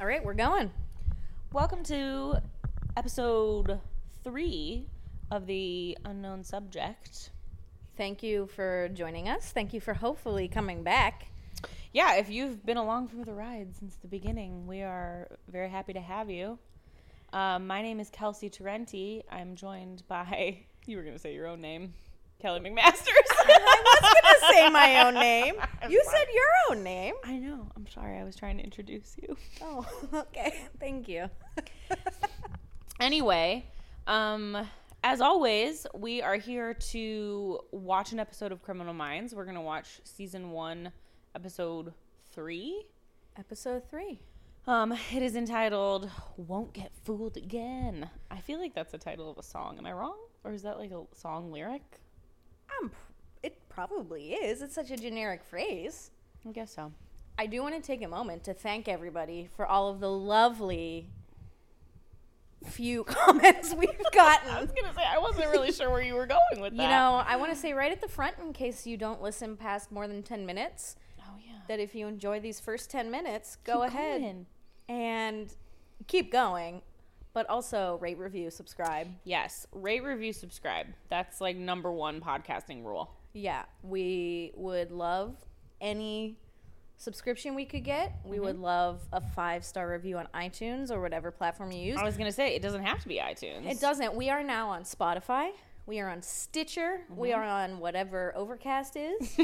All right, we're going. Welcome to episode three of the unknown subject. Thank you for joining us. Thank you for hopefully coming back. Yeah, if you've been along for the ride since the beginning, we are very happy to have you. Um, my name is Kelsey Tarenti. I'm joined by, you were going to say your own name, Kelly McMasters. I was gonna say my own name. You said your own name. I know. I'm sorry. I was trying to introduce you. Oh, okay. Thank you. Anyway, um, as always, we are here to watch an episode of Criminal Minds. We're going to watch season one, episode three. Episode three. Um, it is entitled Won't Get Fooled Again. I feel like that's the title of a song. Am I wrong? Or is that like a song lyric? Um, it probably is. It's such a generic phrase. I guess so. I do want to take a moment to thank everybody for all of the lovely few comments we've I was gotten. going to say, I wasn't really sure where you were going with that. You know, I want to say right at the front, in case you don't listen past more than 10 minutes, oh, yeah. that if you enjoy these first 10 minutes, go Keep ahead going. and keep going, but also rate, review, subscribe. Yes, rate, review, subscribe. That's like number one podcasting rule. Yeah, we would love any subscription we could get. We Mm-hmm. would love a five star review on iTunes or whatever platform you use. I was going to say, it doesn't have to be iTunes. It doesn't. We are now on Spotify. We are on Stitcher. We Mm-hmm. are on whatever Overcast is.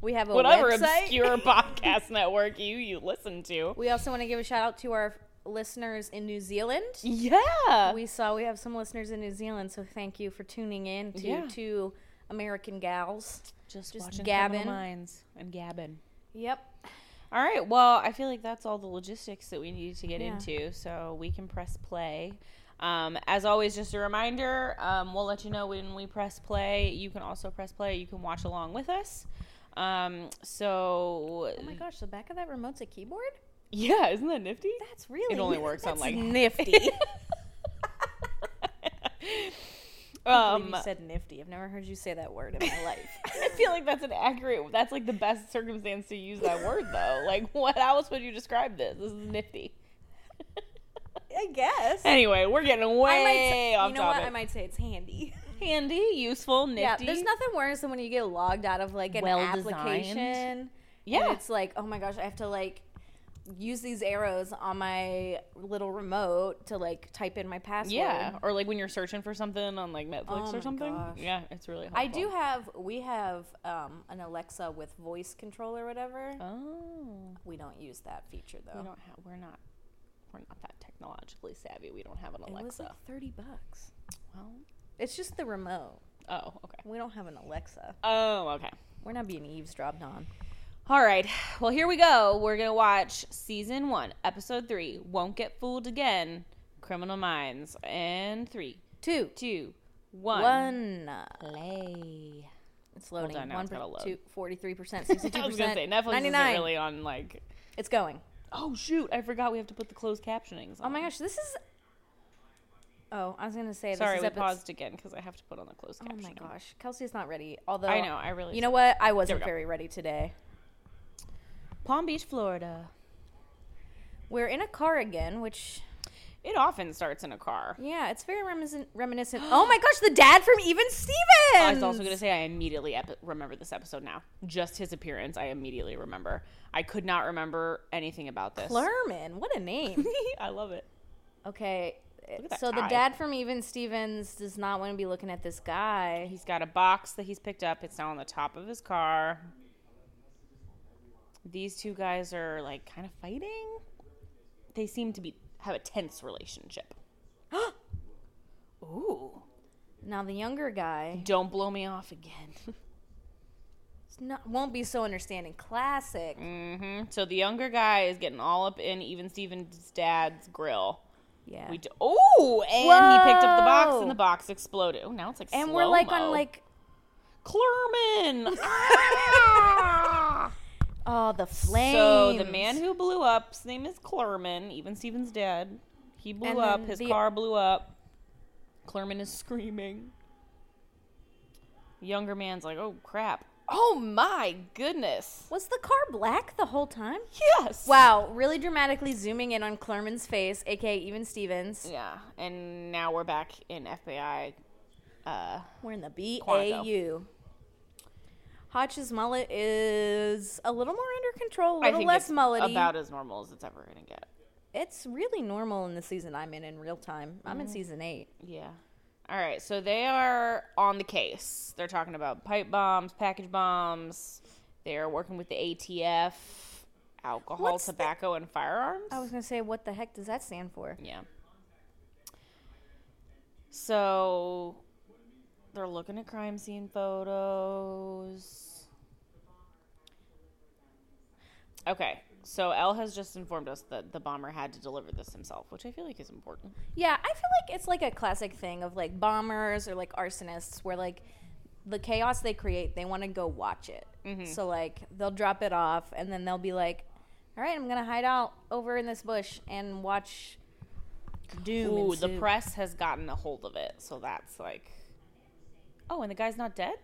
we have a Whatever website. obscure podcast network you, you listen to. We also want to give a shout out to our listeners in New Zealand. Yeah. We saw we have some listeners in New Zealand, so thank you for tuning in to Yeah. two American gals. just, just watching gabbing. Criminal Minds and gabbing. Yep. All right. Well, I feel like that's all the logistics that we needed to get Yeah. into, so we can press play. Um, as always, just a reminder: um, we'll let you know when we press play. You can also press play. You can watch along with us. Um, so, Oh my gosh, the back of that remote's a keyboard? yeah, isn't that nifty? That's really It only works on, that's like- nifty. I believe um, you said nifty. I've never heard you say that word in my life. I feel like that's an accurate. That's like the best circumstance to use that word, though. Like, what else would you describe this? This is nifty. I guess. Anyway, we're getting way I might say, off you know topic. what? I might say it's handy. Handy, useful, nifty. Yeah, there's nothing worse than when you get logged out of like an Well-designed. application. and Yeah. it's like, oh my gosh, I have to like use these arrows on my little remote to like type in my password. Yeah, or like when you're searching for something on like Netflix Oh or my something. gosh. Yeah, it's really helpful. I do have. We have um, an Alexa with voice control or whatever. Oh, We don't use that feature we though. don't have. We're not. We're not that technologically savvy. We don't have an It was Alexa. like thirty bucks. Well, It's just the remote. oh, okay. We don't have an Alexa. Oh, okay. We're not being eavesdropped on. All right. Well, here we go. We're gonna watch season one, episode three. Won't get fooled again. Criminal Minds and three, Two, two, one. one. uh, Play. It's loading. Hold on, now One it's gotta load. two, 43%, I was gonna say 62%, Netflix 99. isn't really on like. It's going. Oh shoot! I forgot we have to put the closed captionings. on. Oh my gosh, this is. Oh, I was gonna say this Sorry, is we epi- paused again because I have to put on the closed Oh caption. my gosh, Kelsey's not ready. Although I know. I really. you know what? I wasn't go. very ready today. Palm Beach, Florida. We're in a car again, which It often starts in a car. yeah, it's very reminiscent. Reminiscent. oh my gosh, the dad from Even Stevens. I was Oh, also gonna say I immediately ep- remember this episode now. Just his appearance, I immediately remember. I could not remember anything about this. Clerman. What a name. I love it. okay. at that So the tie. dad from Even Stevens does not want to be looking at this guy. He's got a box that he's picked up. It's now on the top of his car. These two guys are like kind of fighting. They seem to be have a tense relationship. Ooh. Now the younger guy Don't blow me off again. is not, won't be so understanding. Classic. hmm So the younger guy is getting all up in even Steven's dad's grill. Yeah. We d- oh, and he picked up the box, Whoa. and the box exploded. Oh, now it's like and we're like on slow-mo. like Clerman. Oh, the flames. So the man who blew up, his name is Clerman. Even Steven's dead. He blew And up. then His the- car blew up. Clerman is screaming. Younger man's like, oh crap. Oh my goodness. was the car black the whole time. Yes. Wow, really dramatically zooming in on Clerman's face, aka even Stevens. Yeah. And now we're back in FBI. Uh, We're in the Quantico. BAU. Hotch's mullet is a little more under control, a I little think less it's mullety. about as normal as it's ever going to get. it's really normal in the season I'm in in real time. I'm Mm. in season eight. Yeah. All right. So they are on the case. They're talking about pipe bombs, package bombs. They are working with the ATF, alcohol, What's the- tobacco, and firearms. I was gonna say, what the heck does that stand for? Yeah. So they're looking at crime scene photos. Okay. So L has just informed us that the bomber had to deliver this himself, which I feel like is important. Yeah, I feel like it's like a classic thing of like bombers or like arsonists where like the chaos they create, they want to go watch it. Mm-hmm. So like they'll drop it off and then they'll be like, "All right, I'm going to hide out over in this bush and watch doom." Ooh, the ensue." press has gotten a hold of it, so that's like. Oh, and the guy's not dead.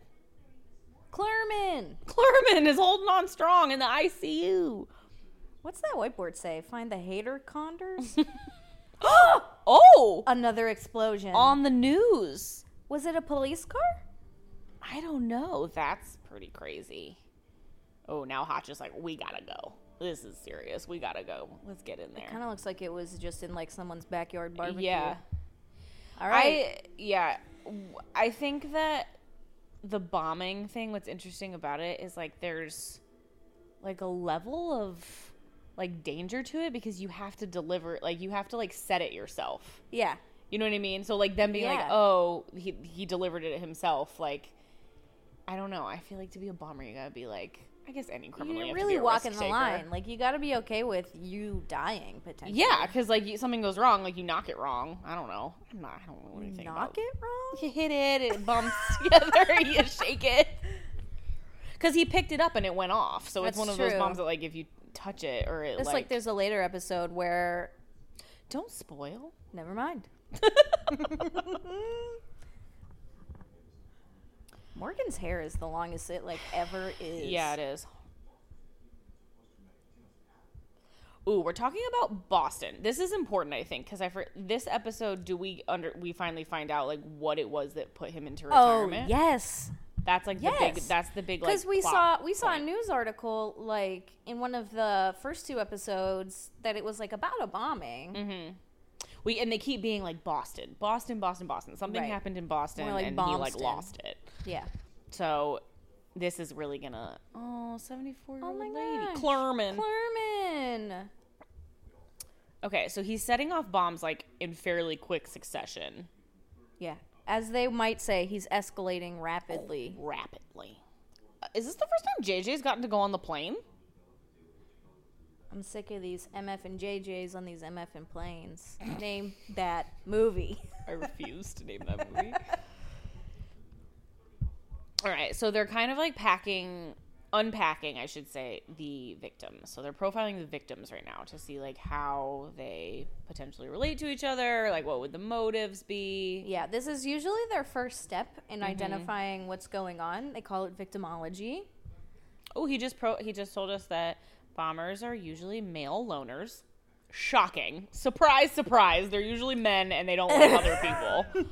Clerman. Clerman is holding on strong in the ICU. What's that whiteboard say? Find the hater condors? oh, Another explosion. on the news. Was it a police car? I don't know. That's pretty crazy. Oh, now Hotch is like, we gotta go. This is serious. We gotta go. Let's get in Kind there. of looks like it was just in like someone's backyard barbecue. Yeah, All right. I yeah, W- I think that the bombing thing. What's interesting about it is like there's like a level of like danger to it because you have to deliver. Like you have to like set it yourself. yeah. You know what I mean? So like them being like, Yeah. oh, he he delivered it himself. Like I don't know. I feel like to be a bomber, you gotta be like. I guess any criminal. You're have to really be a walking risk the taker. line. Like you got to be okay with you dying potentially. Yeah, because like you, something goes wrong, like you knock it wrong. I don't know. I'm not. I don't know anything. Knock about it wrong. You hit it, it bumps together, you shake it. Because he picked it up and it went off. So it's That's one of those true. bombs that, like, if you touch it or it, It's like, like, there's a later episode where don't spoil. never mind. Morgan's hair is the longest it like ever is. Yeah, it is. Ooh, we're talking about Boston. This is important, I think, because I for this episode, do we under we finally find out like what it was that put him into Oh retirement? yes, that's like the big. Yes. That's the big like because we plot saw we saw point. a news article like in one of the first two episodes that it was like about a bombing. Mm-hmm. We and they keep being like Boston, Boston, Boston, Boston. Something Right. happened in Boston, More like and he like Bomston. lost it. Yeah, So this is really gonna. Oh, 74 year old Oh my lady, gosh. Clerman. Clerman. okay, so he's setting off bombs like in fairly quick succession, Yeah, as they might say, he's escalating rapidly. rapidly. Uh, Is this the first time JJ's gotten to go on the plane? I'm sick of these MF and JJs on these MF and planes. Name that movie. I refuse to name that movie. All right, so they're kind of like packing, unpacking, I should say, the victims. So they're profiling the victims right now to see like how they potentially relate to each other, like what would the motives be. Yeah, this is usually their first step in Mm-hmm. identifying what's going on. They call it victimology. Oh, he just pro he just told us that bombers are usually male loners. Shocking. Surprise, surprise. They're usually men and they don't like other people.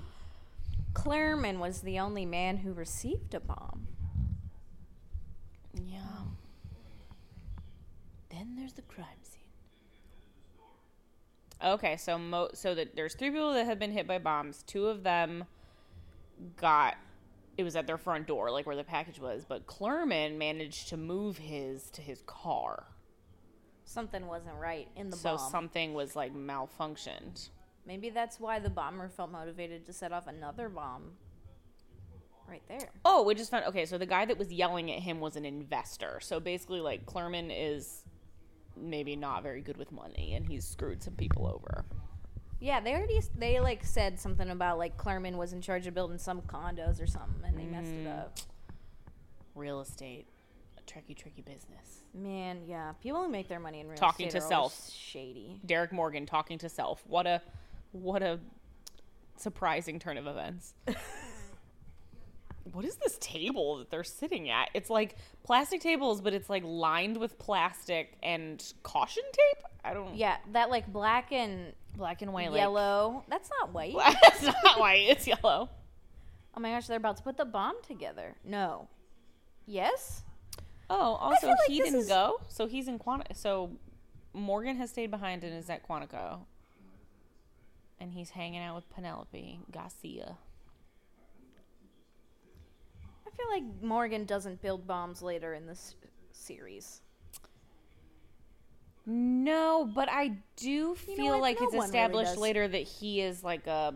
Clerman was the only man who received a bomb. Yeah. Then there's the crime scene. Okay, so mo- so that there's three people that have been hit by bombs. Two of them got it was at their front door, like where the package was, but Clerman managed to move his to his car. Something wasn't right in the So bomb. something was like malfunctioned. Maybe that's why the bomber felt motivated to set off another bomb. Right there. Oh, we just found okay. So the guy that was yelling at him was an investor. So basically, like Clerman is maybe not very good with money, and he's screwed some people over. Yeah, they already they like said something about like Clerman was in charge of building some condos or something, and they messed it up. Real estate, tricky, tricky business. Man, yeah. People who make their money in real Mm. Talking estate to are self. always shady. Derek Morgan talking to self. What a, what a surprising turn of events. what is this table that they're sitting at? It's like plastic tables, but it's like lined with plastic and caution tape. I don't. Yeah, that like black and Black and white. like- yellow. That's not white. That's not white. It's yellow. Oh my gosh, they're about to put the bomb together. No. Yes? Oh, also feel like he this didn't is- go, so he's in Quantico. So Morgan has stayed behind and is at Quantico, and he's hanging out with Penelope Garcia. I feel like Morgan doesn't build bombs later in this series. No, but I do know feel what? like No one it's really established does. later that he is like a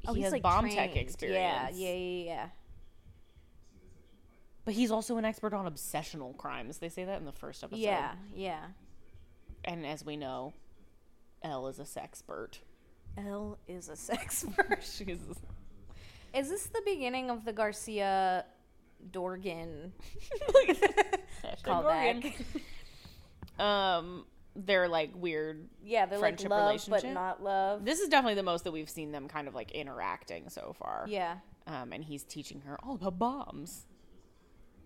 he Oh, he's has like bomb tech trained. experience. Yeah, yeah, yeah, yeah. But he's also an expert on obsessional crimes. They say that in the first episode. Yeah, yeah. And as we know, Elle is a sexpert. Elle is a sex bird. She's Is this the beginning of the Garcia Dorgan callback? Um, they're like weird Yeah, they're Friendship like love relationship? but not love. This is definitely the most that we've seen them kind of like interacting so far. yeah. Um, and he's teaching her all about bombs.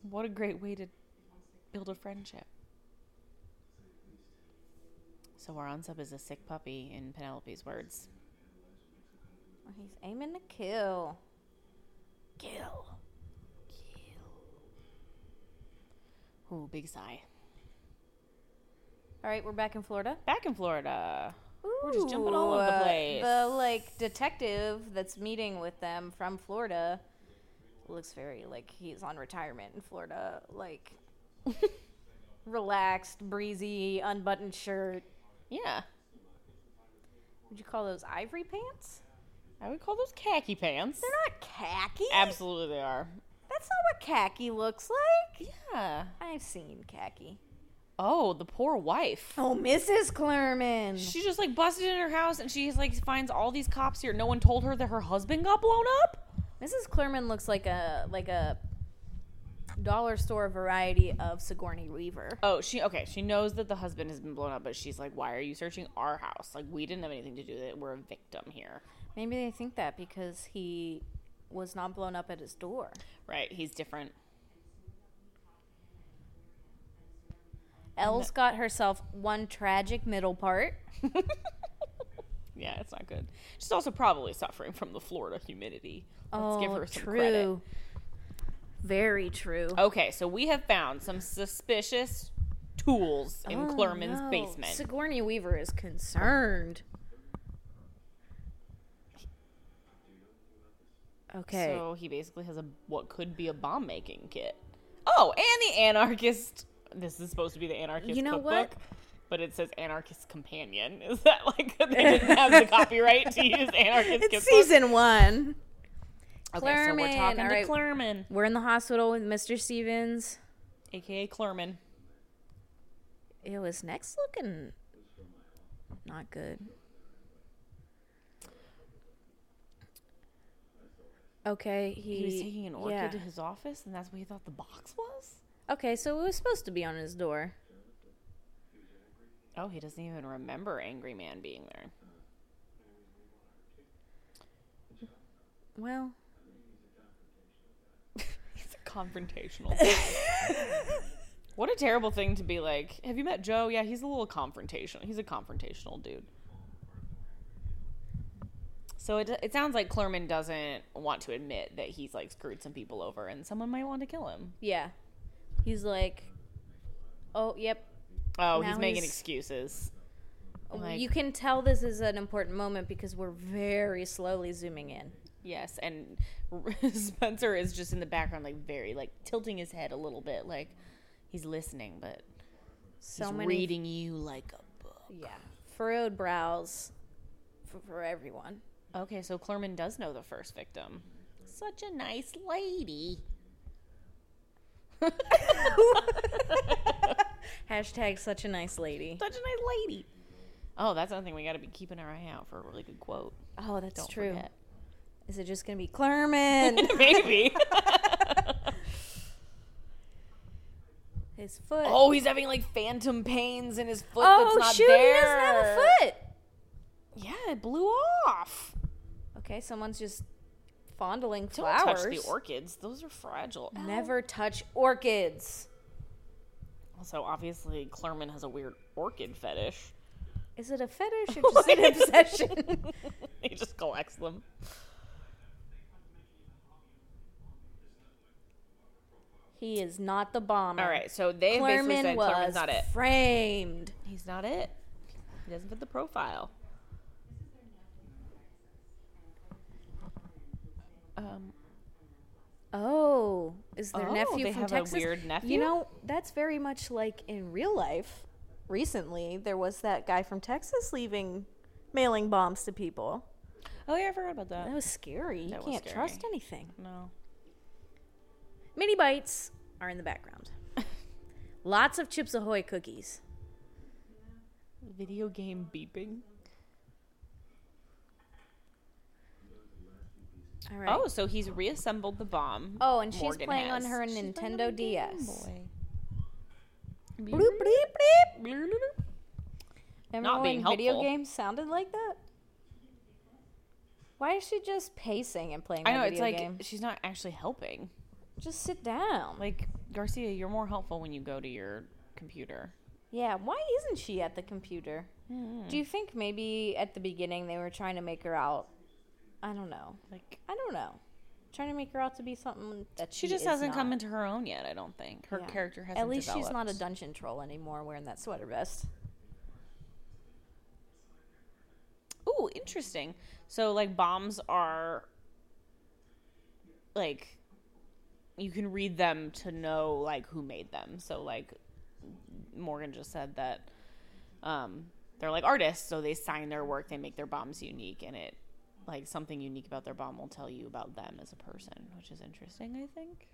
What a great way to build a friendship. So our unsub is a sick puppy, in Penelope's words. Oh, He's aiming to kill. Kill. Ooh, big sigh. All right, we're back in Florida. Back in Florida. We're just jumping all over the Ooh, uh, place. The like detective that's meeting with them from Florida looks very like he's on retirement in Florida, like relaxed, breezy, unbuttoned shirt. Yeah, Would you call those ivory pants? I would call those khaki pants. They're not khaki. Absolutely, they are. That's not what khaki looks like. Yeah. I've seen khaki. Oh, the poor wife. Oh, Mrs. Clerman. She just like busted in her house, and she like finds all these cops here. No one told her that her husband got blown up. Mrs. Clerman looks like a like a dollar store variety of Sigourney Weaver. Oh, she okay. She knows that the husband has been blown up, but she's like, "Why are you searching our house? Like, we didn't have anything to do with it. We're a victim here, Maybe they think that because he was not blown up at his door. right? He's different." Elle's got herself one tragic middle part. yeah, it's not good. She's also probably suffering from the Florida humidity. Let's give her some Oh, true. credit. Very true. Okay, so we have found some suspicious tools in Oh, Clerman's no. basement. Sigourney Weaver is concerned. Okay. So he basically has a what could be a bomb making kit. Oh, and the anarchist. This is supposed to be the anarchist You know what? cookbook, but it says anarchist companion. Is that like they didn't have the copyright to use anarchist it's cookbook? season one. okay, so we're Clerman, talking all right. to Clerman, We're in the hospital with Mr. Stevens. aka Clerman. It was next looking not good. Okay, he, He was taking an orchid yeah. to his office, and that's what he thought the box was. Okay, so it was supposed to be on his door. Oh, he doesn't even remember Angry Man being there. Well, He's a confrontational. what a terrible thing to be like. Have you met Joe? Yeah, he's a little confrontational. He's a confrontational dude. So it, it sounds like Clerman doesn't want to admit that he's like screwed some people over and someone might want to kill him. yeah. He's like, "Oh, yep. Oh, he's Now making he's- excuses. Like- you can tell this is an important moment because we're very slowly zooming in." Yes, and Spencer is just in the background, like very like tilting his head a little bit, like he's listening, but So he's many reading you like a book. yeah, furrowed brows for, for everyone. Okay, so Clerman does know the first victim. Such a nice lady. Hashtag such a nice lady. Such a nice lady. Oh, that's another thing we got to be keeping our eye out for a really good quote. Oh, that's Don't true. forget. Is it just gonna be Clerman? Maybe. His foot. Oh, he's having like phantom pains in his foot Oh, that's not shoot, there. he doesn't have a foot. Yeah, it blew off. Okay, someone's just fondling Don't flowers. touch the orchids. Those are fragile. Ow. Never touch orchids. Also, obviously, Clerman has a weird orchid fetish. Is it a fetish or just an obsession? he just collects them. he is not the bomber. All right, so they have basically Clerman said Clerman's was not it. framed. He's not it. He doesn't fit the profile. Um, Oh, is their Oh, nephew they from have a Texas? weird nephew? You know, that's very much like in real life. Recently, there was that guy from Texas leaving mailing bombs to people. oh yeah, I forgot about That that. was scary. You That was can't trust scary. anything. No. Mini bites are in the background. Lots of Chips Ahoy cookies. Video game beeping. All right. Oh, so he's reassembled the bomb. Oh, and she's Morgan playing has. on her She's playing Nintendo on a Game DS. Boy. Bloop, bleep, bleep. Remember when Not being video helpful. games sounded like that? Why is she just pacing and playing? I know that it's video like game? she's not actually helping. just sit down. Like Garcia, you're more helpful when you go to your computer. yeah, why isn't she at the computer? Mm-hmm. Do you think maybe at the beginning they were trying to make her out? I don't know. Like I don't know. Trying to make her out to be something that she she, just is hasn't not. come into her own yet. I don't think her Yeah. character hasn't. At least she's not a developed. dungeon troll anymore, wearing that sweater vest. Ooh, interesting. So like bombs are like you can read them to know like who made them. So like Morgan just said that um they're like artists, so they sign their work, they make their bombs unique and it like something unique about their bomb will tell you about them as a person, which is interesting, I think.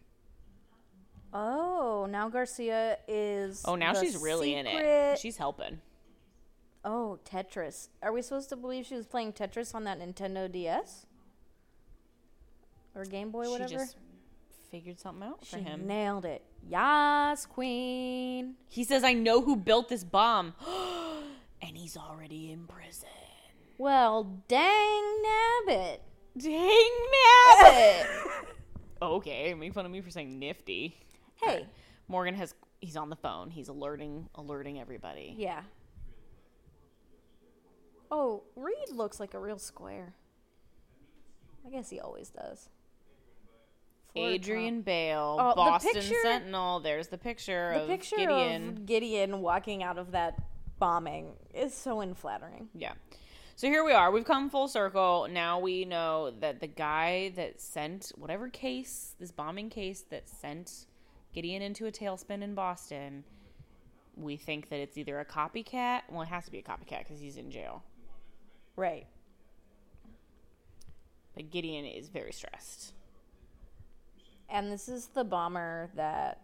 Oh, now Garcia is. Oh, now the she's really in secret- it. She's helping. Oh, Tetris. Are we supposed to believe she was playing Tetris on that Nintendo DS? Or Game Boy, whatever? She just figured something out for She him. nailed it. Yas, queen. He says, I know who built this bomb. and he's already in prison. Well, dang nabbit. Dang nabbit. hey, okay, make fun of me for saying nifty. Morgan has he's on the phone. He's alerting alerting everybody. yeah. Oh, Reed looks like a real square. I guess he always does. Floor Adrian Bale, Oh, the Boston picture- Sentinel. There's the picture top. The of picture Gideon. of Gideon walking out of that bombing is so unflattering. Yeah. So here we are. We've come full circle. Now we know that the guy that sent whatever case, this bombing case that sent Gideon into a tailspin in Boston, we think that it's either a copycat. Well, it has to be a copycat because he's in jail. Right. But Gideon is very stressed. And this is the bomber that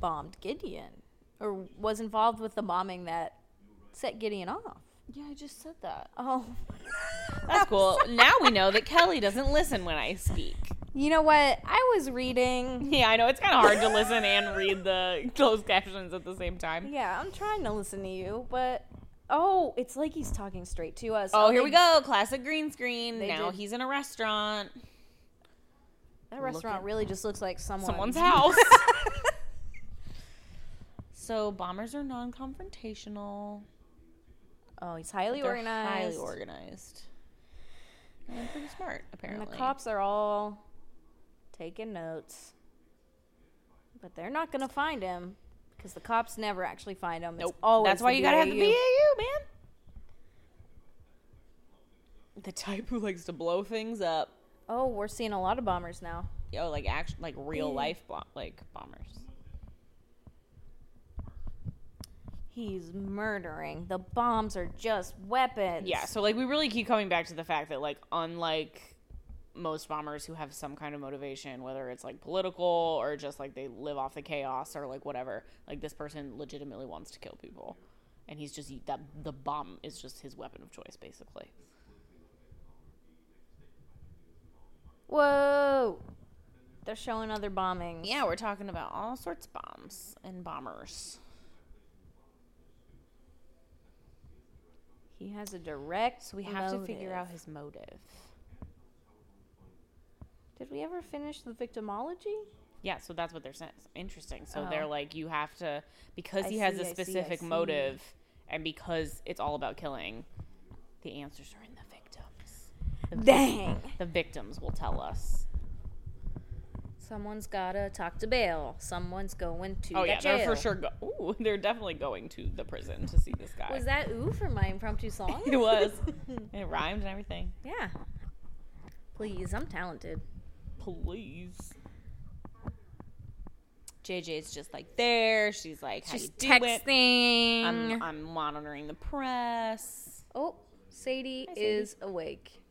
bombed Gideon, or was involved with the bombing that set Gideon off. Yeah, I just said that. Oh. That's cool. now we know that Kelly doesn't listen when I speak. You know what? I was reading. Yeah, I know. It's kind of hard to listen and read the closed captions at the same time. Yeah, I'm trying to listen to you, but oh, it's like he's talking straight to us. Oh, here they- we go. Classic green screen. They Now did- he's in a restaurant. That restaurant at- really just looks like someone. someone's house. so bombers are non-confrontational. oh, he's highly They're organized. Highly organized. And pretty smart, And apparently. the cops are all taking notes, but they're not gonna find him because the cops never actually find him. Nope. It's always That's why the you gotta have the BAU. BAU, man. The type who likes to blow things up. Oh, we're seeing a lot of bombers now. Yo, like act, like real life, bom- like bombers. He's murdering. The bombs are just weapons. Yeah, so like we really keep coming back to the fact that like unlike most bombers who have some kind of motivation, whether it's like political or just like they live off the chaos or like whatever, like this person legitimately wants to kill people. And he's just that the bomb is just his weapon of choice basically. Whoa. They're showing other bombings. Yeah, we're talking about all sorts of bombs and bombers. He has a direct. So we have to figure out his motive. Did we ever finish the victimology? Yeah, so that's what they're saying. Interesting. So Oh. they're like, you have to because I he has see, a I see, I specific see. motive, and because it's all about killing, the answers are in the victims. The vic- Dang. the victims will tell us. Someone's gotta talk to bail. Someone's going to. oh the yeah, jail. they're for sure. Go- Ooh, they're definitely going to the prison to see this guy. Was that ooh for my impromptu song? it was. it rhymed and everything. yeah. Please, I'm talented. Please. JJ's just like there. She's like, how Just you doing? texting. I'm, I'm monitoring the press. oh, Sadie Hi, Sadie. is awake,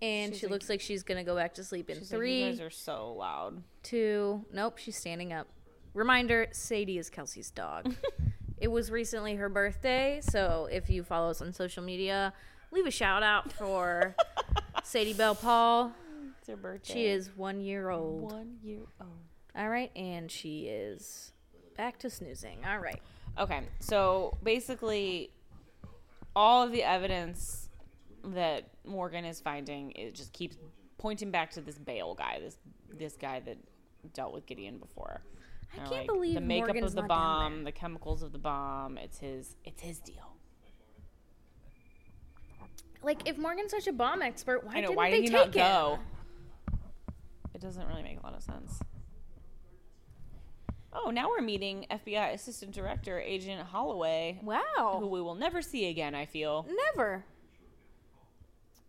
and She's she like- looks like she's gonna go back to sleep in She's like, three, you guys are so loud. two. Nope, she's standing up. Reminder: Sadie is Kelsey's dog. it was recently her birthday, so if you follow us on social media, leave a shout out for Sadie Bell Paul. It's her birthday. She is one year old. one year old. All right, and she is back to snoozing. All right. Okay, so basically, all of the evidence that Morgan is finding it just keeps pointing back to this bail guy, this this guy that dealt with Gideon before. I They're can't believe the makeup Morgan's of the not down bomb, the chemicals of the bomb. It's his. It's his deal. Like, if Morgan's such a bomb expert, why I know. didn't Why they did he take not go? him? It doesn't really make a lot of sense. Oh, now we're meeting FBI Assistant Director Agent Holloway, who Wow. we will never see again. I feel. Never.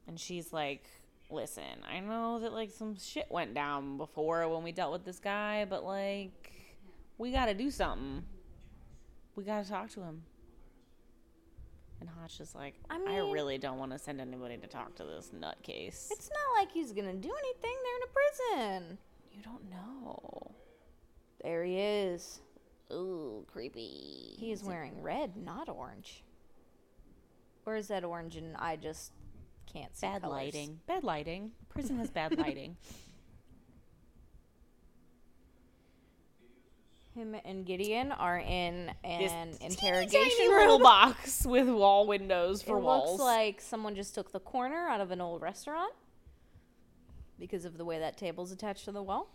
And she's like, listen, I know that like some shit went down before when we dealt with this guy, but like, we gotta do something. We gotta talk to him. And Hodge is like, I, I mean- really don't want to send anybody to talk to this nutcase. It's not like he's gonna do anything. They're in a prison. You don't know. There he is. Ooh, creepy. He is wearing red, not orange. Or is that orange and I just can't see bad colors? lighting. Bad lighting. Prison has bad lighting. Him and Gideon are in an interrogation Tiny room. little box with wall windows It for walls. looks like someone just took the corner out of an old restaurant because of the way that table's attached to the wall.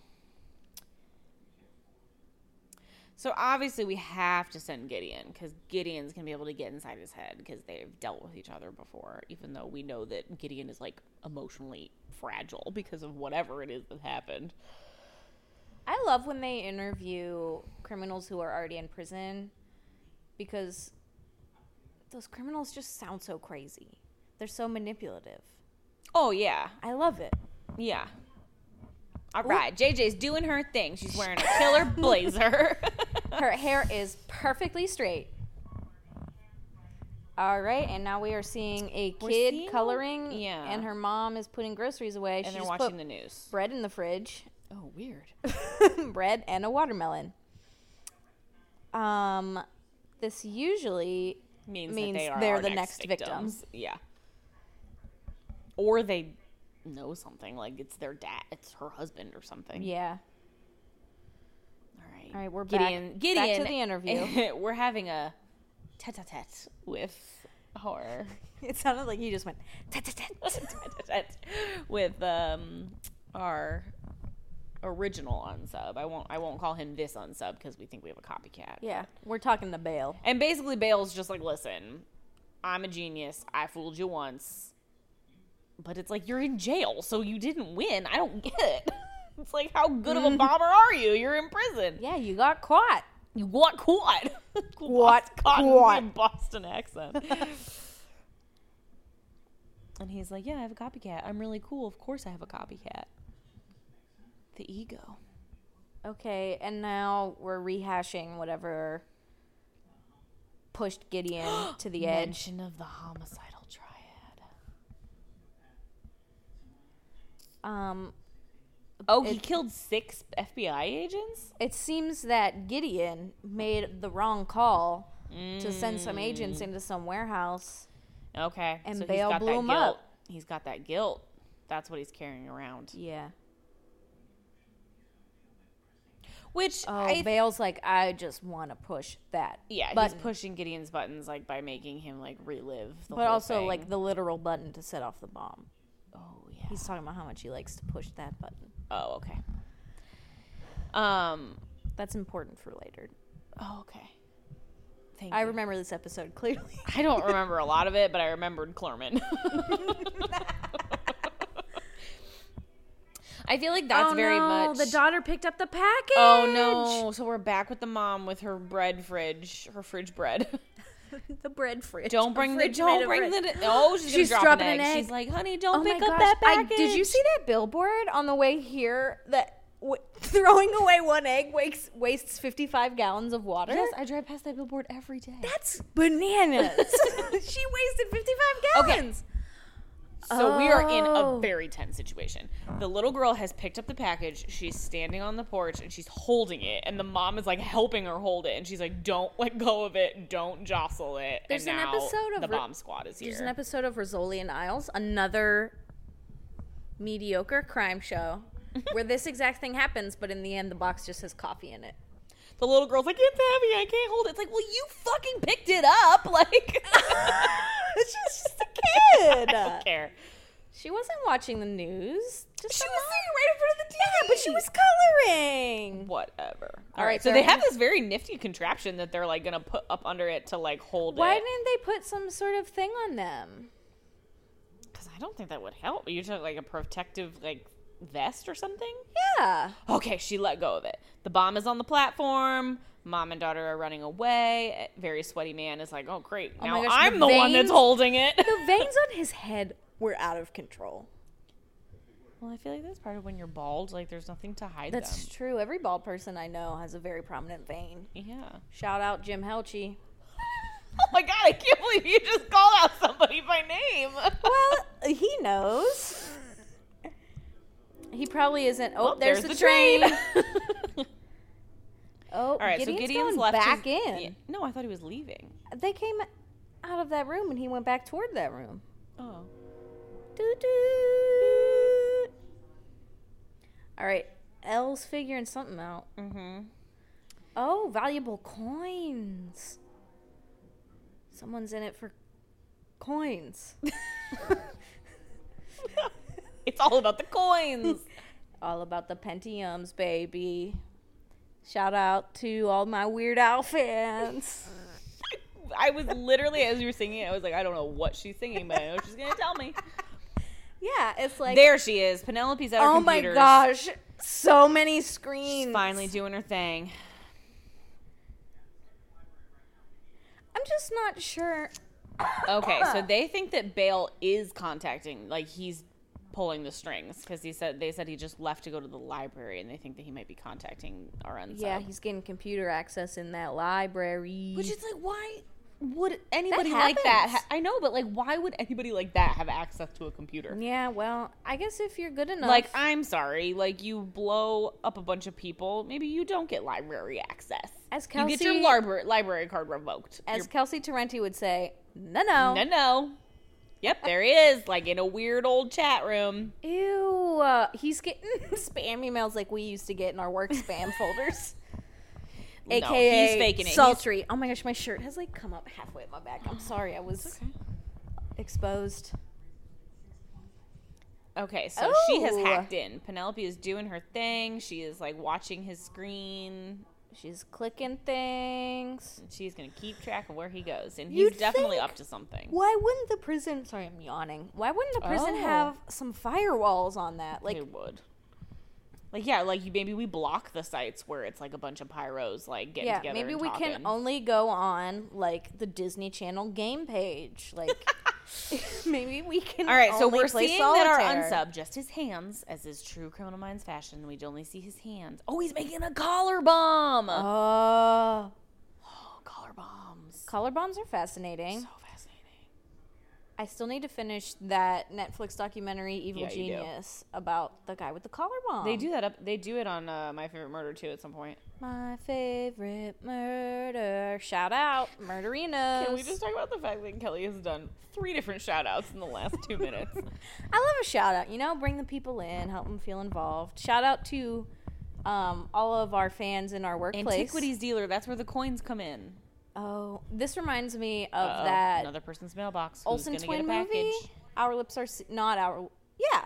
So obviously we have to send Gideon because Gideon's gonna be able to get inside his head because they've dealt with each other before. Even though we know that Gideon is like emotionally fragile because of whatever it is that happened. I love when they interview criminals who are already in prison because those criminals just sound so crazy. They're so manipulative. Oh yeah, I love it. yeah. All right, JJ's doing her thing. She's wearing a killer blazer. Her hair is perfectly straight. All right, and now we are seeing a We're kid seeing- coloring, yeah. and her mom is putting groceries away. and she they're just watching put the news. bread in the fridge. Oh, weird. bread and a watermelon. Um, this usually Means, Means that they are they're our the next, next victim. victims. Yeah. Or they know something like it's their dad, it's her husband or something. yeah. All right. All right, we're back- Gideon. back to Gideon. the interview. we're having a tete-a-tete with horror. It sounded like you just went. "Tut, tut, tut." tete-a-tete with um our original unsub. I won't. I won't call him this unsub because we think we have a copycat. Yeah, we're talking to Bale. And basically, Bale's just like, listen, I'm a genius. I fooled you once, but it's like you're in jail, so you didn't win. I don't get it. It's like, how good of Mm-hmm. a bomber are you? You're in prison. Yeah, you got caught. You What quad? What caught quad? in Boston accent. and he's like, "Yeah, I have a copycat. I'm really cool. Of course, I have a copycat." The ego. Okay, and now we're rehashing whatever pushed Gideon to the edge. Mention of the homicidal triad. Um, Oh, he killed six FBI agents. it seems that Gideon made the wrong call to send some agents into some warehouse. Okay, And so he's Bale got blew that him guilt. up. He's got that guilt. That's what he's carrying around. Yeah. Which Oh, I Bale's like, I just want to push that. yeah, button. he's pushing Gideon's buttons like by making him like relive. The but whole also thing. like the literal button to set off the bomb. oh yeah. He's talking about how much he likes to push that button. Oh okay. Um. That's important for later. Oh okay. Thank I you. remember this episode clearly. I don't remember a lot of it, but I remembered Clorman. I feel like that's very much. Oh, The daughter picked up the package. oh no! So we're back with the mom with her bread fridge, her fridge bread. the bread fridge. Don't A bring the fridge made don't of bring bread. the oh she's, She's gonna drop dropping an egg. an egg. She's like, honey, don't Oh my pick up gosh, that I- package. did you see that billboard on the way here that w- throwing away one egg wakes, wastes 55 gallons of water? Yes, I drive past that billboard every day. That's bananas. she wasted 55 Okay. gallons. So we are in a Oh. very tense situation. The little girl has picked up the package. She's standing on the porch and she's holding it, and the mom is like helping her hold it, and she's like, "Don't let go of it. Don't jostle it." There's and an now episode of the Ri- bomb squad is here. There's an episode of Rizzoli and Isles, another mediocre crime show, where this exact thing happens, but in the end, the box just has coffee in it. the little girl's like, "It's heavy. I can't hold it." It's like, "Well, you fucking picked it up." Like, She's just a kid. I don't care. She wasn't watching the news. Just She a was mom. sitting right in front of the TV. Yeah, but she was coloring. Whatever. All All right, right, So they're- they have this very nifty contraption that they're like gonna put up under it to like hold Why it. didn't they put some sort of thing on them? Because I don't think that would help. You took like a protective like vest or something. Yeah. Okay, she let go of it. The bomb is on the platform. Mom and daughter are running away. A very sweaty man is like, "Oh great, now my gosh, I'm the the, one that's veins- holding it." The veins on his head were out of control. well, I feel like that's part of when you're bald. Like, there's nothing to hide That's them. true. Every bald person I know has a very prominent vein. Yeah. Shout out Jim Helchi. Oh my god, I can't believe you just called out somebody by name. Well, he knows. He probably isn't. Oh, Well, there's, the, train. oh, All right, Gideon's so Gideon's going left back his- in. Yeah, no, I thought he was leaving. They came out of that room and he went back toward that room. Oh. Doo-doo. All right, Elle's figuring something out. Mm-hmm. Oh, valuable coins. Someone's in it for coins. It's all about the coins. all about the Pentiums, baby. Shout out to all my Weird Al fans. I was literally, as you were singing, it, I was like, I don't know what she's singing, but I know she's gonna tell me. yeah, it's like, There she is. Penelope's at her oh my computers. gosh, so many screens. She's finally doing her thing. I'm just not sure. Okay, so they think that Bale is contacting, like he's pulling the strings because he said they said he just left to go to the library, and they think that he might be contacting our unsub. Yeah, he's getting computer access in that library. Which is like, why would anybody like happens. that? Ha- I know, but like, why would anybody like that have access to a computer? yeah, well, I guess if you're good enough, Like, I'm sorry, like you blow up a bunch of people, maybe you don't get library access. As you get your Kelsey- library library card revoked. as Your- Kelsey Tarenti would say, no, no, no, no. Yep, there he is, like in a weird old chat room. ew, uh, he's getting spam emails like we used to get in our work spam folders. No, AKA he's Oh, faking it. sultry. Oh my gosh, my shirt has like come up halfway at my back. I'm sorry, I was exposed. Okay, so she has Oh. hacked in. Penelope is doing her thing. She is like watching his screen. She's clicking things. She's gonna keep track of where he goes, and he's You'd definitely think- up to something. Why wouldn't the prison? Sorry, I'm yawning. Why wouldn't the prison Oh. have some firewalls on that? Like, they would. Like yeah, like you maybe we block the sites where it's like a bunch of pyros like getting yeah, together. maybe and we can talking. only go on like the Disney Channel game page. Like, maybe we can. All right, so only we're play seeing solitaire. that our unsub just his hands, as is true criminal minds fashion. We'd only see his hands. Oh, he's making a collar bomb. Oh, Oh, collar bombs. collar bombs are fascinating. So fascinating. I still need to finish that Netflix documentary Evil Yeah, you do. Genius about the guy with the collar bomb. They do that up. They do it on uh, My Favorite Murder too at some point. My favorite murder. Shout out, murderinos. Can we just talk about the fact that Kelly has done three different shout outs in the last two minutes? I love a shout out. You know, bring the people in, help them feel involved. Shout out to um, all of our fans in our workplace. Antiquities dealer. That's where the coins come in. Oh, this reminds me of Uh-oh, that another person's mailbox. Who's Olsen gonna twin get a package? movie. Our lips are Se- not our. Yeah,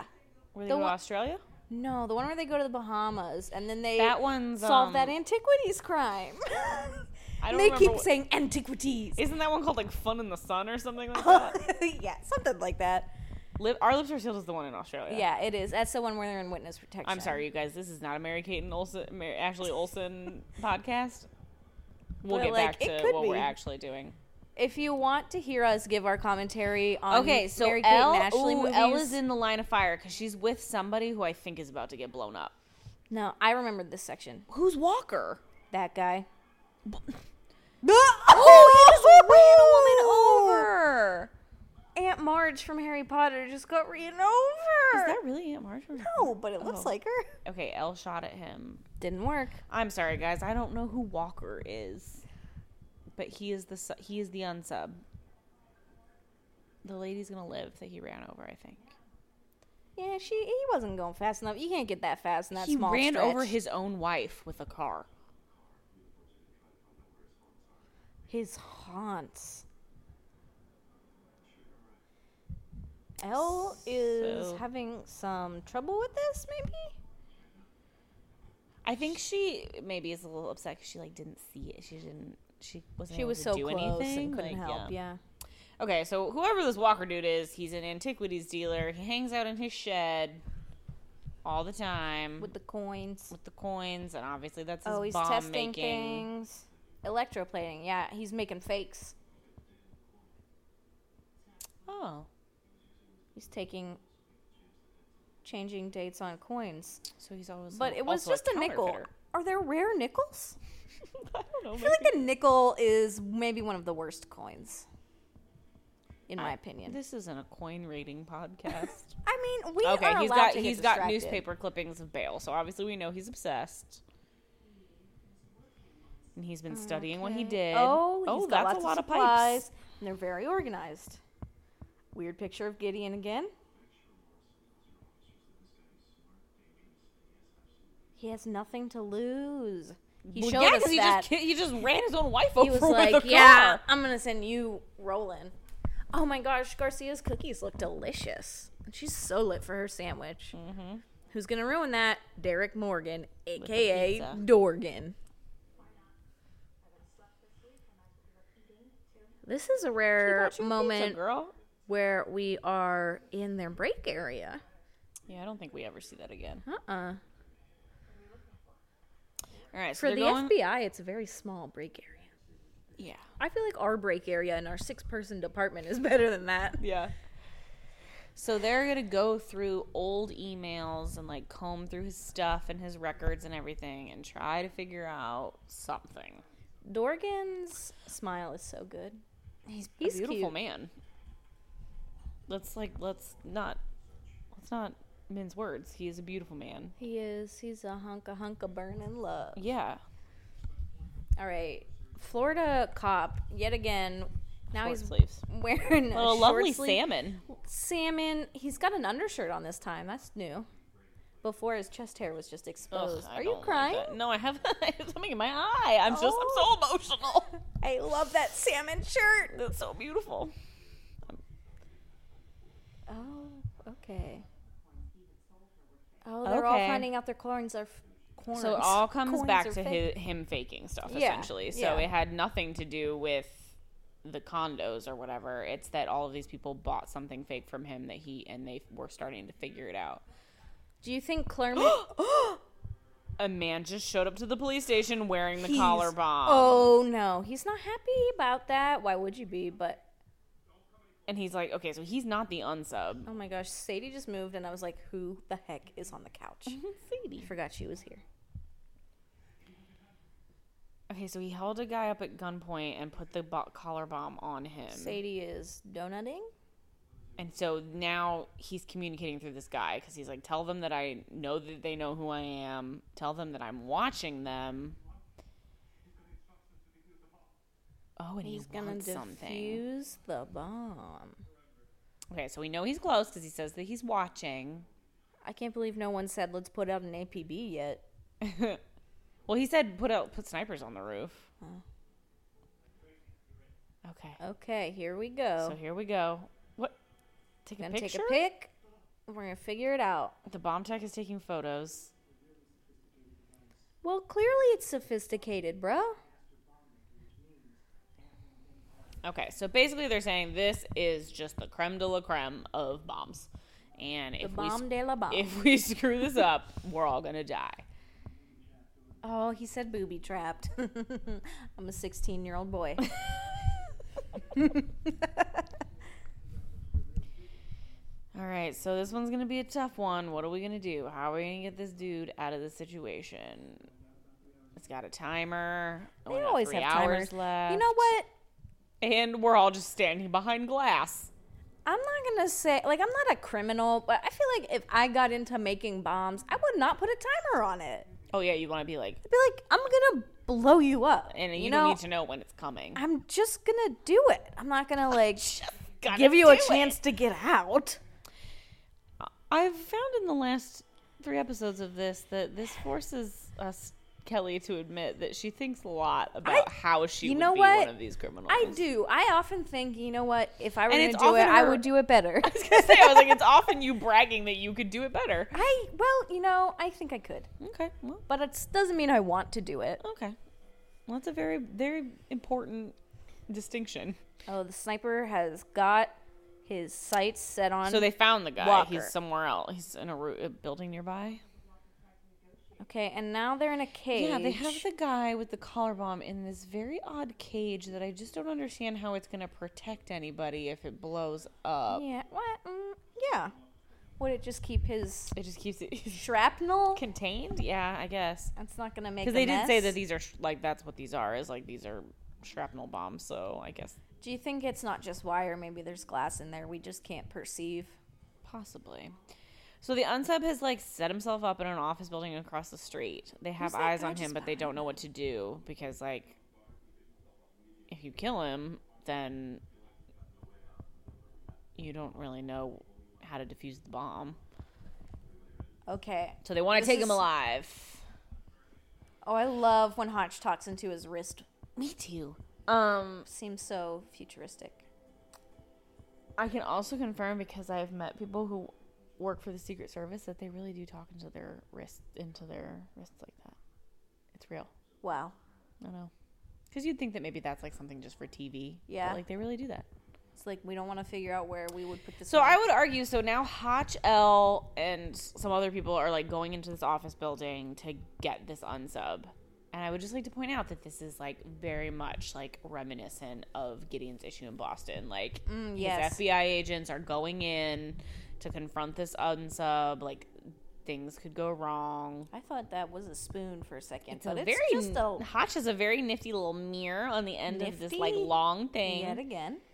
Where they The go to one- Australia? no, the one where they go to the Bahamas and then they That one's solve that um, antiquities crime. I don't they remember keep what- saying antiquities. Isn't that one called like Fun in the Sun or something like that? yeah, something like that. Lip, Our Lips Are Sealed is the one in Australia. Yeah, it is. That's the one where they're in witness protection. I'm sorry, you guys. This is not a Mary Kate and Olsen, Mary, Ashley Olsen podcast. We'll But, get like, back it to could what we're be. actually doing. If you want to hear us give our commentary on Okay, so Mary Kate Elle, and Ashley ooh, movies, Elle is in the line of fire because she's with somebody who I think is about to get blown up. no, I remembered this section. Who's Walker? That guy. oh, he just ran a woman over. Aunt Marge from Harry Potter just got ran over. Is that really Aunt Marge? no? But it looks Oh. like her. Okay, Elle shot at him. Didn't work. I'm sorry, guys. I don't know who Walker is, but he is the su- he is the unsub. The lady's gonna live that he ran over. I think Yeah, she he wasn't going fast enough. You can't get that fast in that he small ran stretch. over his own wife with a car. his haunts. Elle is So- having some trouble with this, maybe. I think she maybe is a little upset because she like didn't see it. She didn't. She wasn't. She able was to so do close anything. and couldn't Like, help. Yeah. Okay, so whoever this Walker dude is, he's an antiquities dealer. He hangs out in his shed all the time with, with the coins. the coins, and obviously that's his Oh, he's bomb testing making. things. Electroplating. Yeah, he's making fakes. Oh, He's taking changing dates on coins. so he's always. But it was also just a nickel. counterfeiter. Are there rare nickels? I don't know. I feel like the nickel is maybe one of the worst coins, in my I- opinion. This isn't a coin rating podcast. I mean, we okay, are he's allowed got to get he's got distracted. newspaper clippings of Bale, so obviously we know he's obsessed. And he's been studying what he Okay. did. Oh, oh, he's got lots that's a lot of, supplies, pipes. And they're very organized. Weird picture of Gideon again. He has nothing to lose. He Well, showed yeah, us he that. just ki- he just ran his own wife over he was with like, a "Yeah, car. I'm gonna send you rolling." Oh my gosh, Garcia's cookies look delicious, and she's so lit for her sandwich. Mm-hmm. Who's gonna ruin that? Derek Morgan, aka pizza. Dorgan. This is a Got rare you a pizza, moment girl. where we are in their break area. Yeah, I don't think we ever see that again. Uh uh All right, Uh-uh. so For they're the going. FBI, it's a very small break area. Yeah, I feel like our break area in our six person department is better than that. yeah. So they're gonna go through old emails and like comb through his stuff and his records and everything and try to figure out something. Dorgan's smile is so good. He's a he's beautiful cute. man. Let's like let's not let's not mince words. He is a beautiful man. He is. He's a hunk a hunk of burning love. Yeah. All right, Florida cop yet again. Now short he's sleeves. wearing a, Well, a lovely short sleeve- salmon. Salmon. He's got an undershirt on this time. That's new. Before his chest hair was just Ugh, exposed. I Are don't you like crying? Oh. that. no, I have, I have something in my eye. I'm just I'm so emotional. I love that salmon shirt. That's so beautiful. Oh, okay. Oh, they're all Okay. finding out their corns are f- corns. So it all comes Corns back are to fake. his, him faking stuff Yeah, essentially. So yeah. it had nothing to do with the condos or whatever. It's that all of these people bought something fake from him that he and they were starting to figure it out. Do you think Clermont? A man just showed up to the police station wearing the He's- collar bomb, Oh no, he's not happy about that. Why would you be? But and he's like, "Okay, so he's not the unsub." oh my gosh, Sadie just moved, and I was like, who the heck is on the couch? I Sadie. forgot she was here. Okay, so he held a guy up at gunpoint and put the bo- collar bomb on him. Sadie is donutting. And so now he's communicating through this guy because he's like, tell them that I know that they know who I am. Tell them that I'm watching them. Oh, and He's he gonna wants something. defuse the bomb. Okay, so we know he's close because he says that he's watching. I can't believe no one said let's put out an APB yet. well, he said put out put snipers on the roof. Oh. Okay. Okay, here we go. So here we go. What? Take a gonna picture. take a pic. We're gonna figure it out. the bomb tech is taking photos. Well, clearly it's sophisticated, bro. Okay, so basically they're saying this is just the creme de la creme of bombs, and The if we bomb de la bomb. if we screw this up, we're all gonna die. oh, he said booby trapped. I'm a 16 year old boy. All right, so this one's gonna be a tough one. What are we gonna do? How are we gonna get this dude out of this situation? It's got a timer. They Only got always three have hours timers. left. You know what? And we're all just standing behind glass. I'm not gonna say like I'm not a criminal, but I feel like if I got into making bombs, I would not put a timer on it. Oh yeah, you want to be like, I'd be like, I'm gonna blow you up, and you, you don't know. need to know when it's coming. I'm just gonna do it. I'm not gonna like Gotta give you a do it. chance to get out. I've found in the last three episodes of this that this forces us, Kelly, to admit that she thinks a lot about how she you would know be what? one of these criminals. I do. I often think, you know what? If I were And gonna it's do it, often I her- would do it better. was gonna say, I was like, it's often you bragging that you could do it better. I well, you know, I think I could, Okay, well, but it doesn't mean I want to do it. okay. Well, that's a very, very important distinction. Oh, the sniper has got his sights set on. So they found the guy. Walker. He's somewhere else. He's in a, roo- a building nearby. okay, and now they're in a cage. Yeah, they have the guy with the collar bomb in this very odd cage that I just don't understand how it's gonna protect anybody if it blows up. Yeah. What? Mm, yeah. Would it just keep his It just keeps it shrapnel? contained. Yeah, I guess That's not gonna make. Because because they did say that these are sh- like that's what these are is like these are shrapnel bombs. So I guess Do you think it's not just wire? Maybe there's glass in there. We just can't perceive. possibly. So the unsub has like set himself up in an office building across the street. They have that eyes guy on him, just but they behind don't know what to do because like if you kill him, then you don't really know how to defuse the bomb. Okay. So they want to This take him is- alive. Oh, I love when Hotch talks into his wrist. Me too. Um, Seems so futuristic. I can also confirm because I've met people who work for the Secret Service that they really do talk into their wrists into their wrists like that. It's real. Wow. I know. Because you'd think that maybe that's like something just for TV. but, Yeah. like they really do that. It's like we don't want to figure out where we would put this. So one. I would argue. So now Hotch L and some other people are like going into this office building to get this unsub, and I would just like to point out that this is like very much like reminiscent of Gideon's issue in Boston. Like Mm, yes. his FBI agents are going in to confront this unsub. Like things could go wrong. I thought that was a spoon for a second, It's but a it's just a Hotch has a very nifty little mirror on the end of this like Nifty. long thing. yet again.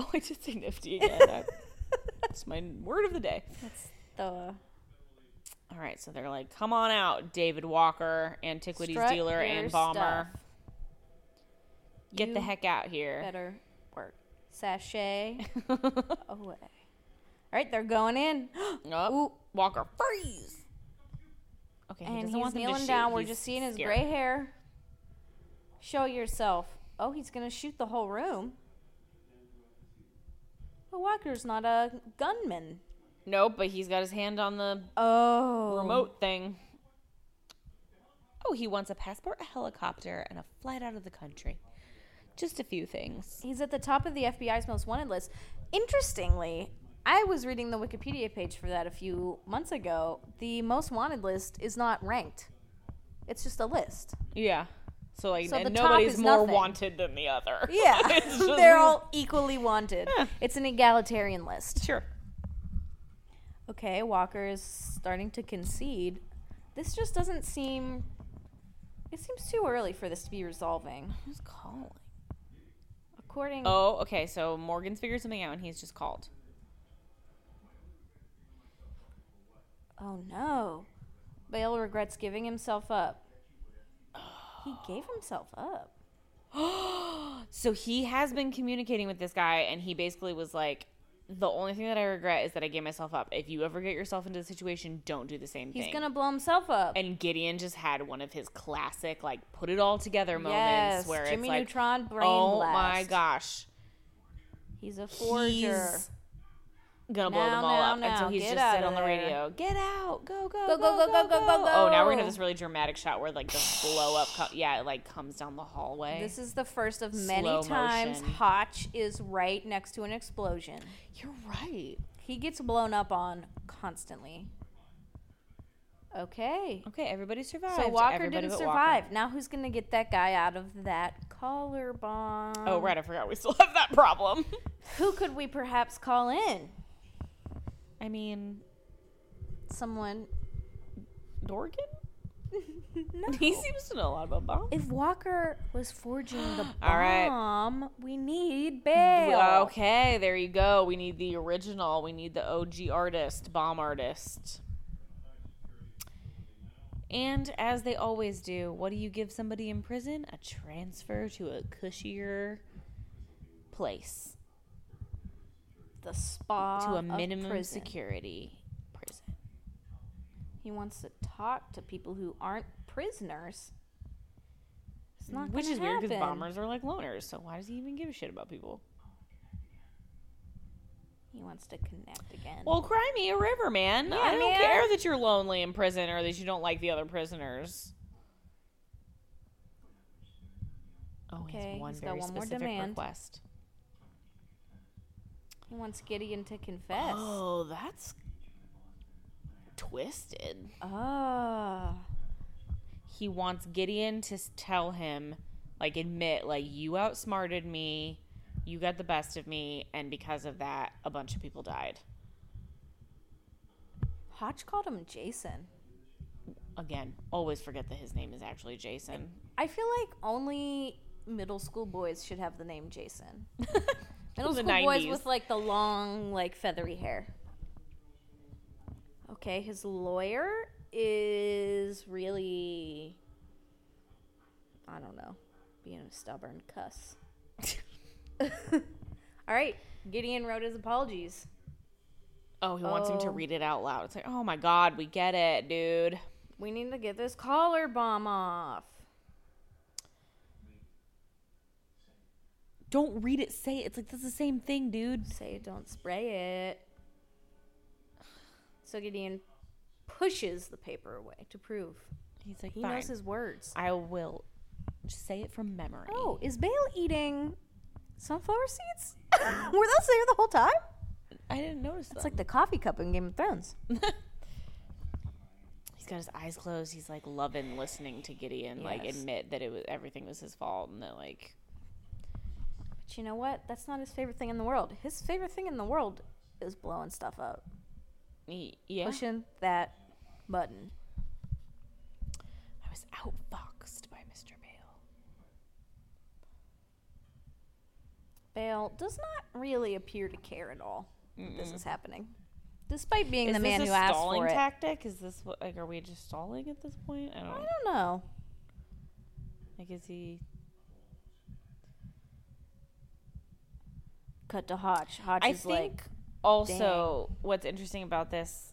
Oh, I did say nifty again. That- That's my word of the day. That's the All right, so they're like, "Come on out, David Walker, antiquities strut dealer your and bomber. stuff. Get the You heck out here." better work sachet away. All right, they're going in. Nope. Ooh. Walker, freeze. Okay, he and doesn't he's want them to kneeling shoot. down. We're He's just seeing his scared. gray hair. Show yourself. Oh, he's gonna shoot the whole room. But Walker's not a gunman. Nope, but he's got his hand on the Oh, remote thing. Oh, he wants a passport, a helicopter, and a flight out of the country. Just a few things. He's at the top of the FBI's most wanted list. Interestingly, I was reading the Wikipedia page for that a few months ago. The most wanted list is not ranked. It's just a list. Yeah. So like, So and the top nobody's is more nothing. wanted than the other. Yeah. It's just- They're all equally wanted. Yeah. It's an egalitarian list. sure. Okay, Walker is starting to concede. This just doesn't seem it seems too early for this to be resolving. Who's calling? According Oh, okay. So Morgan's figured something out, and he's just called. Oh no. Bale regrets giving himself up. He gave himself up. So he has been communicating with this guy, and he basically was like, The only thing that I regret is that I gave myself up. If you ever get yourself into the situation, don't do the same He's thing. gonna blow himself up. and Gideon just had one of his classic, like, put it all together moments yes, where Jimmy it's like, Neutron brain oh my blast. gosh, he's a forger. he's gonna blow Now, them all now, up. And so now, he's get just out said on of the there. radio, "Get out, go, go, Go, go, go, go, go, go, Oh, now we're go. gonna have this really dramatic shot where like the blow up, co- yeah, it like comes down the hallway. This is the first of many Slow times motion. Hotch is right next to an explosion. You're right. He gets blown up on constantly. Okay. Okay, everybody survived. So Walker Everybody didn't but Walker. survive. Now who's going to get that guy out of that collarbone? Oh right, I forgot we still have that problem. Who could we perhaps call in? I mean, Someone. Dorgan. no. He seems to know a lot about bombs. If Walker was forging the bomb, All right. we need bail. Okay, there you go. We need the original. We need the OG artist, bomb artist. And as they always do, what do you give somebody in prison? A transfer to a cushier place, The spa to a of minimum prison. security prison. He wants to talk to people who aren't prisoners. It's not Which gonna is weird because happen. bombers are like loners, so why does he even give a shit about people? He wants to connect again. Well, cry me a river, man. I Yeah, don't man. care that you're lonely in prison or that you don't like the other prisoners. Oh, he has Okay, one he's got very one more specific demand. request. he wants Gideon to confess. Oh. Oh, that's twisted. Ah, He wants Gideon to s- tell him, like, admit, like, you outsmarted me, you got the best of me, and because of that, a bunch of people died. Hotch called him Jason. Again, always forget that his name is actually Jason. I feel like only middle school boys should have the name Jason. Middle The school boys 90s. with like the long, like feathery hair. Okay, his lawyer is really, I don't know, being a stubborn cuss. All right, Gideon wrote his apologies. Oh, he wants him to Oh. read it out loud. It's like, oh my god, we get it, dude. We need to get this collar bomb off. Don't read it, say it. It's like that's the same thing, dude. Say don't spray it. So Gideon pushes the paper away to prove He's like, he Fine. knows his words. I will just say it from memory. Oh, is Bale eating sunflower seeds? Were those there the whole time? I didn't notice that. It's like the coffee cup in Game of Thrones. He's got his eyes closed. He's like loving listening to Gideon like Yes. admit that it was everything was his fault and that like But you know what? That's not his favorite thing in the world. His favorite thing in the world is blowing stuff up, he, yeah. pushing that button. I was outfoxed by Mr. Bale. Bale does not really appear to care at all that this is happening, despite being Is the man this who a asked stalling for it. tactic? Is this what like are we just stalling at this point? I don't I know. don't know. Like is he Cut to Hotch. Hotch I is think like, also what's interesting about this,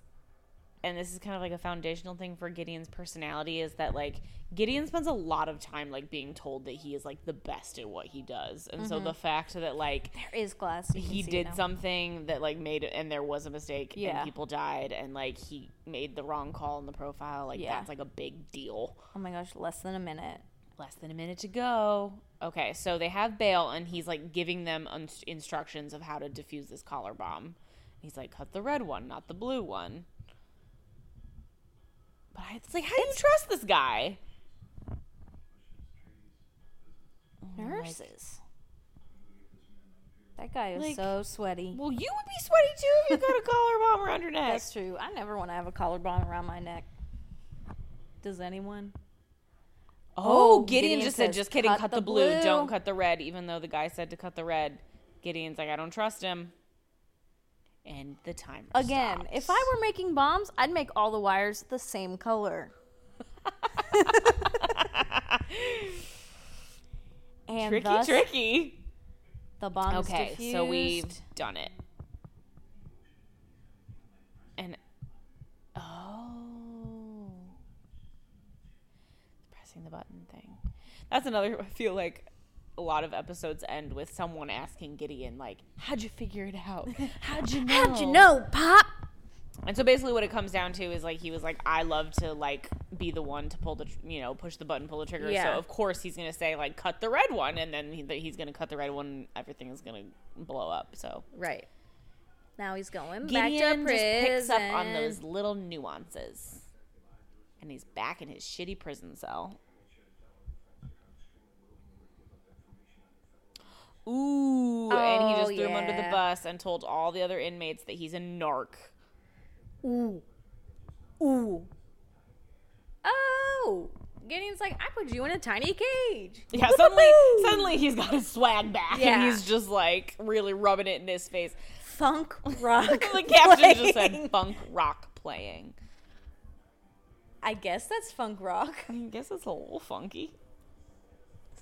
and this is kind of like a foundational thing for Gideon's personality, is that like Gideon spends a lot of time like being told that he is like the best at what he does, and so the Mm-hmm. fact that like there is glass. You can he see it did now. something that like made it, and there was a mistake, Yeah. and people died, and like he made the wrong call in the profile, like Yeah. that's like a big deal. Oh my gosh, less than a minute. Less than a minute to go. Okay, so they have bail, and he's like giving them un- instructions of how to defuse this collar bomb. He's like, cut the red one, not the blue one. But I, it's like, how do you trust this guy? Nurses. That guy is Like- so sweaty. Well, you would be sweaty too if you got a collar bomb around your neck. That's true. I never want to have a collarbone around my neck. Does anyone? Oh, Oh, Gideon, Gideon just said, says, just kidding, cut, the, blue. don't blue." cut the red, even though the guy said to cut the red. Gideon's like, I don't trust him. And the timer. Again, stops. if I were making bombs, I'd make all the wires the same color. and tricky, thus, tricky. the bomb Okay, is diffused. so we've done it. oh. button thing. That's another. I feel like a lot of episodes end with someone asking Gideon, like, "How'd you figure it out? How'd you know? How'd you know, Pop? And so basically, what it comes down to is like he was like, "I love to like be the one to pull the tr- you know push the button, pull the trigger." Yeah. So of course he's gonna say like, "Cut the red one," and then he, that he's gonna cut the red one. and Everything is gonna blow up. So Right. Now he's going back to Gideon just prison. picks up on those little nuances, and he's back in his shitty prison cell. Ooh, and he Oh, just threw him under the yeah. bus and told all the other inmates that he's a narc. Ooh. Ooh. Oh. Gideon's like, I put you in a tiny cage. Yeah, suddenly, Woo-hoo-hoo. suddenly he's got his swag back, and Yeah. he's just like really rubbing it in his face. Funk rock. the caption playing. just said "funk rock playing." I guess that's funk rock. I guess it's a little funky.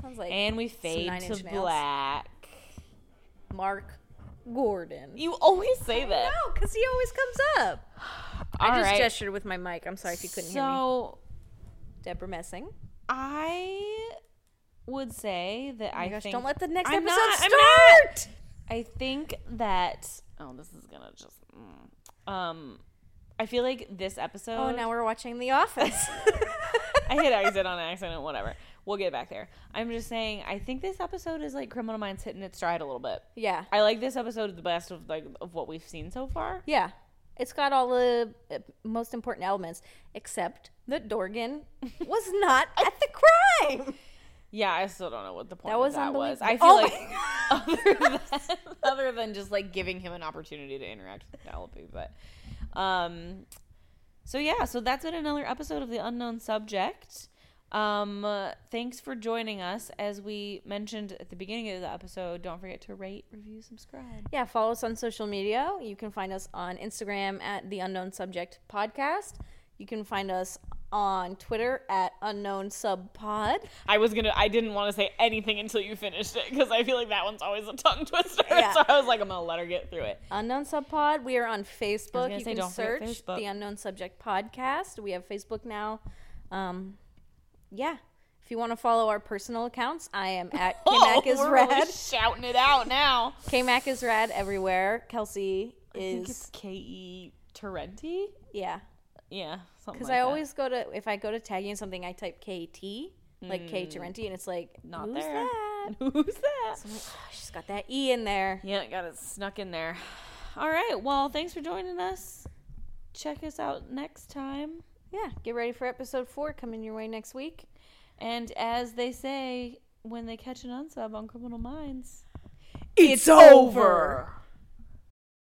Sounds like And we fade Nine to Inch Nails. black. Mark Gordon. You always say No, that. because he always comes up. I All just right. gestured with my mic. I'm sorry if you couldn't hear me. so Deborah Messing. I would say that I Oh my gosh, think don't let the next I'm episode not- I'm start. not- I think that oh, this is gonna just mm. um. I feel like this episode. Oh, now we're watching The Office. I hit exit on accident, whatever. We'll get back there. I'm just saying, I think this episode is like Criminal Minds hitting its stride a little bit. Yeah. I like this episode the best of like of what we've seen so far. Yeah. It's got all the uh, most important elements, except that Dorgan was not at the crime. Yeah, I still don't know what the point That of was that was. I feel unbelievable. like Oh other than, other than just like giving him an opportunity to interact with Penelope, but um so yeah, so that's been another episode of the unknown subject. Um uh, thanks for joining us. As we mentioned at the beginning of the episode, don't forget to rate, review, subscribe. Yeah, follow us on social media. You can find us on Instagram at the Unknown Subject Podcast. You can find us on Twitter at Unknown Sub Pod. I was gonna. I didn't want to say anything until you finished it because I feel like that one's always a tongue twister. Yeah. So I was like, I'm gonna let her get through it. Unknown Sub Pod. We are on Facebook. gonna You say, can don't forget search Facebook. the Unknown Subject Podcast. We have Facebook now. Um, yeah. If you want to follow our personal accounts, I am at Oh, KMAC is we're Rad. really shouting it out now. KMAC is Rad everywhere. Kelsey I think it's is K E Torrenti. yeah. Yeah, something Because like I that. always go to if I go to tagging in something, I type KT like K Tarenti, and it's like Hmm. not who's there. that? Who's that? I'm like, "Oh, she's got that E in there. Yeah, it got it snuck in there. All right. Well, thanks for joining us. Check us out next time. Yeah, get ready for episode four coming your way next week. And as they say, when they catch an unsub on Criminal Minds, It's over.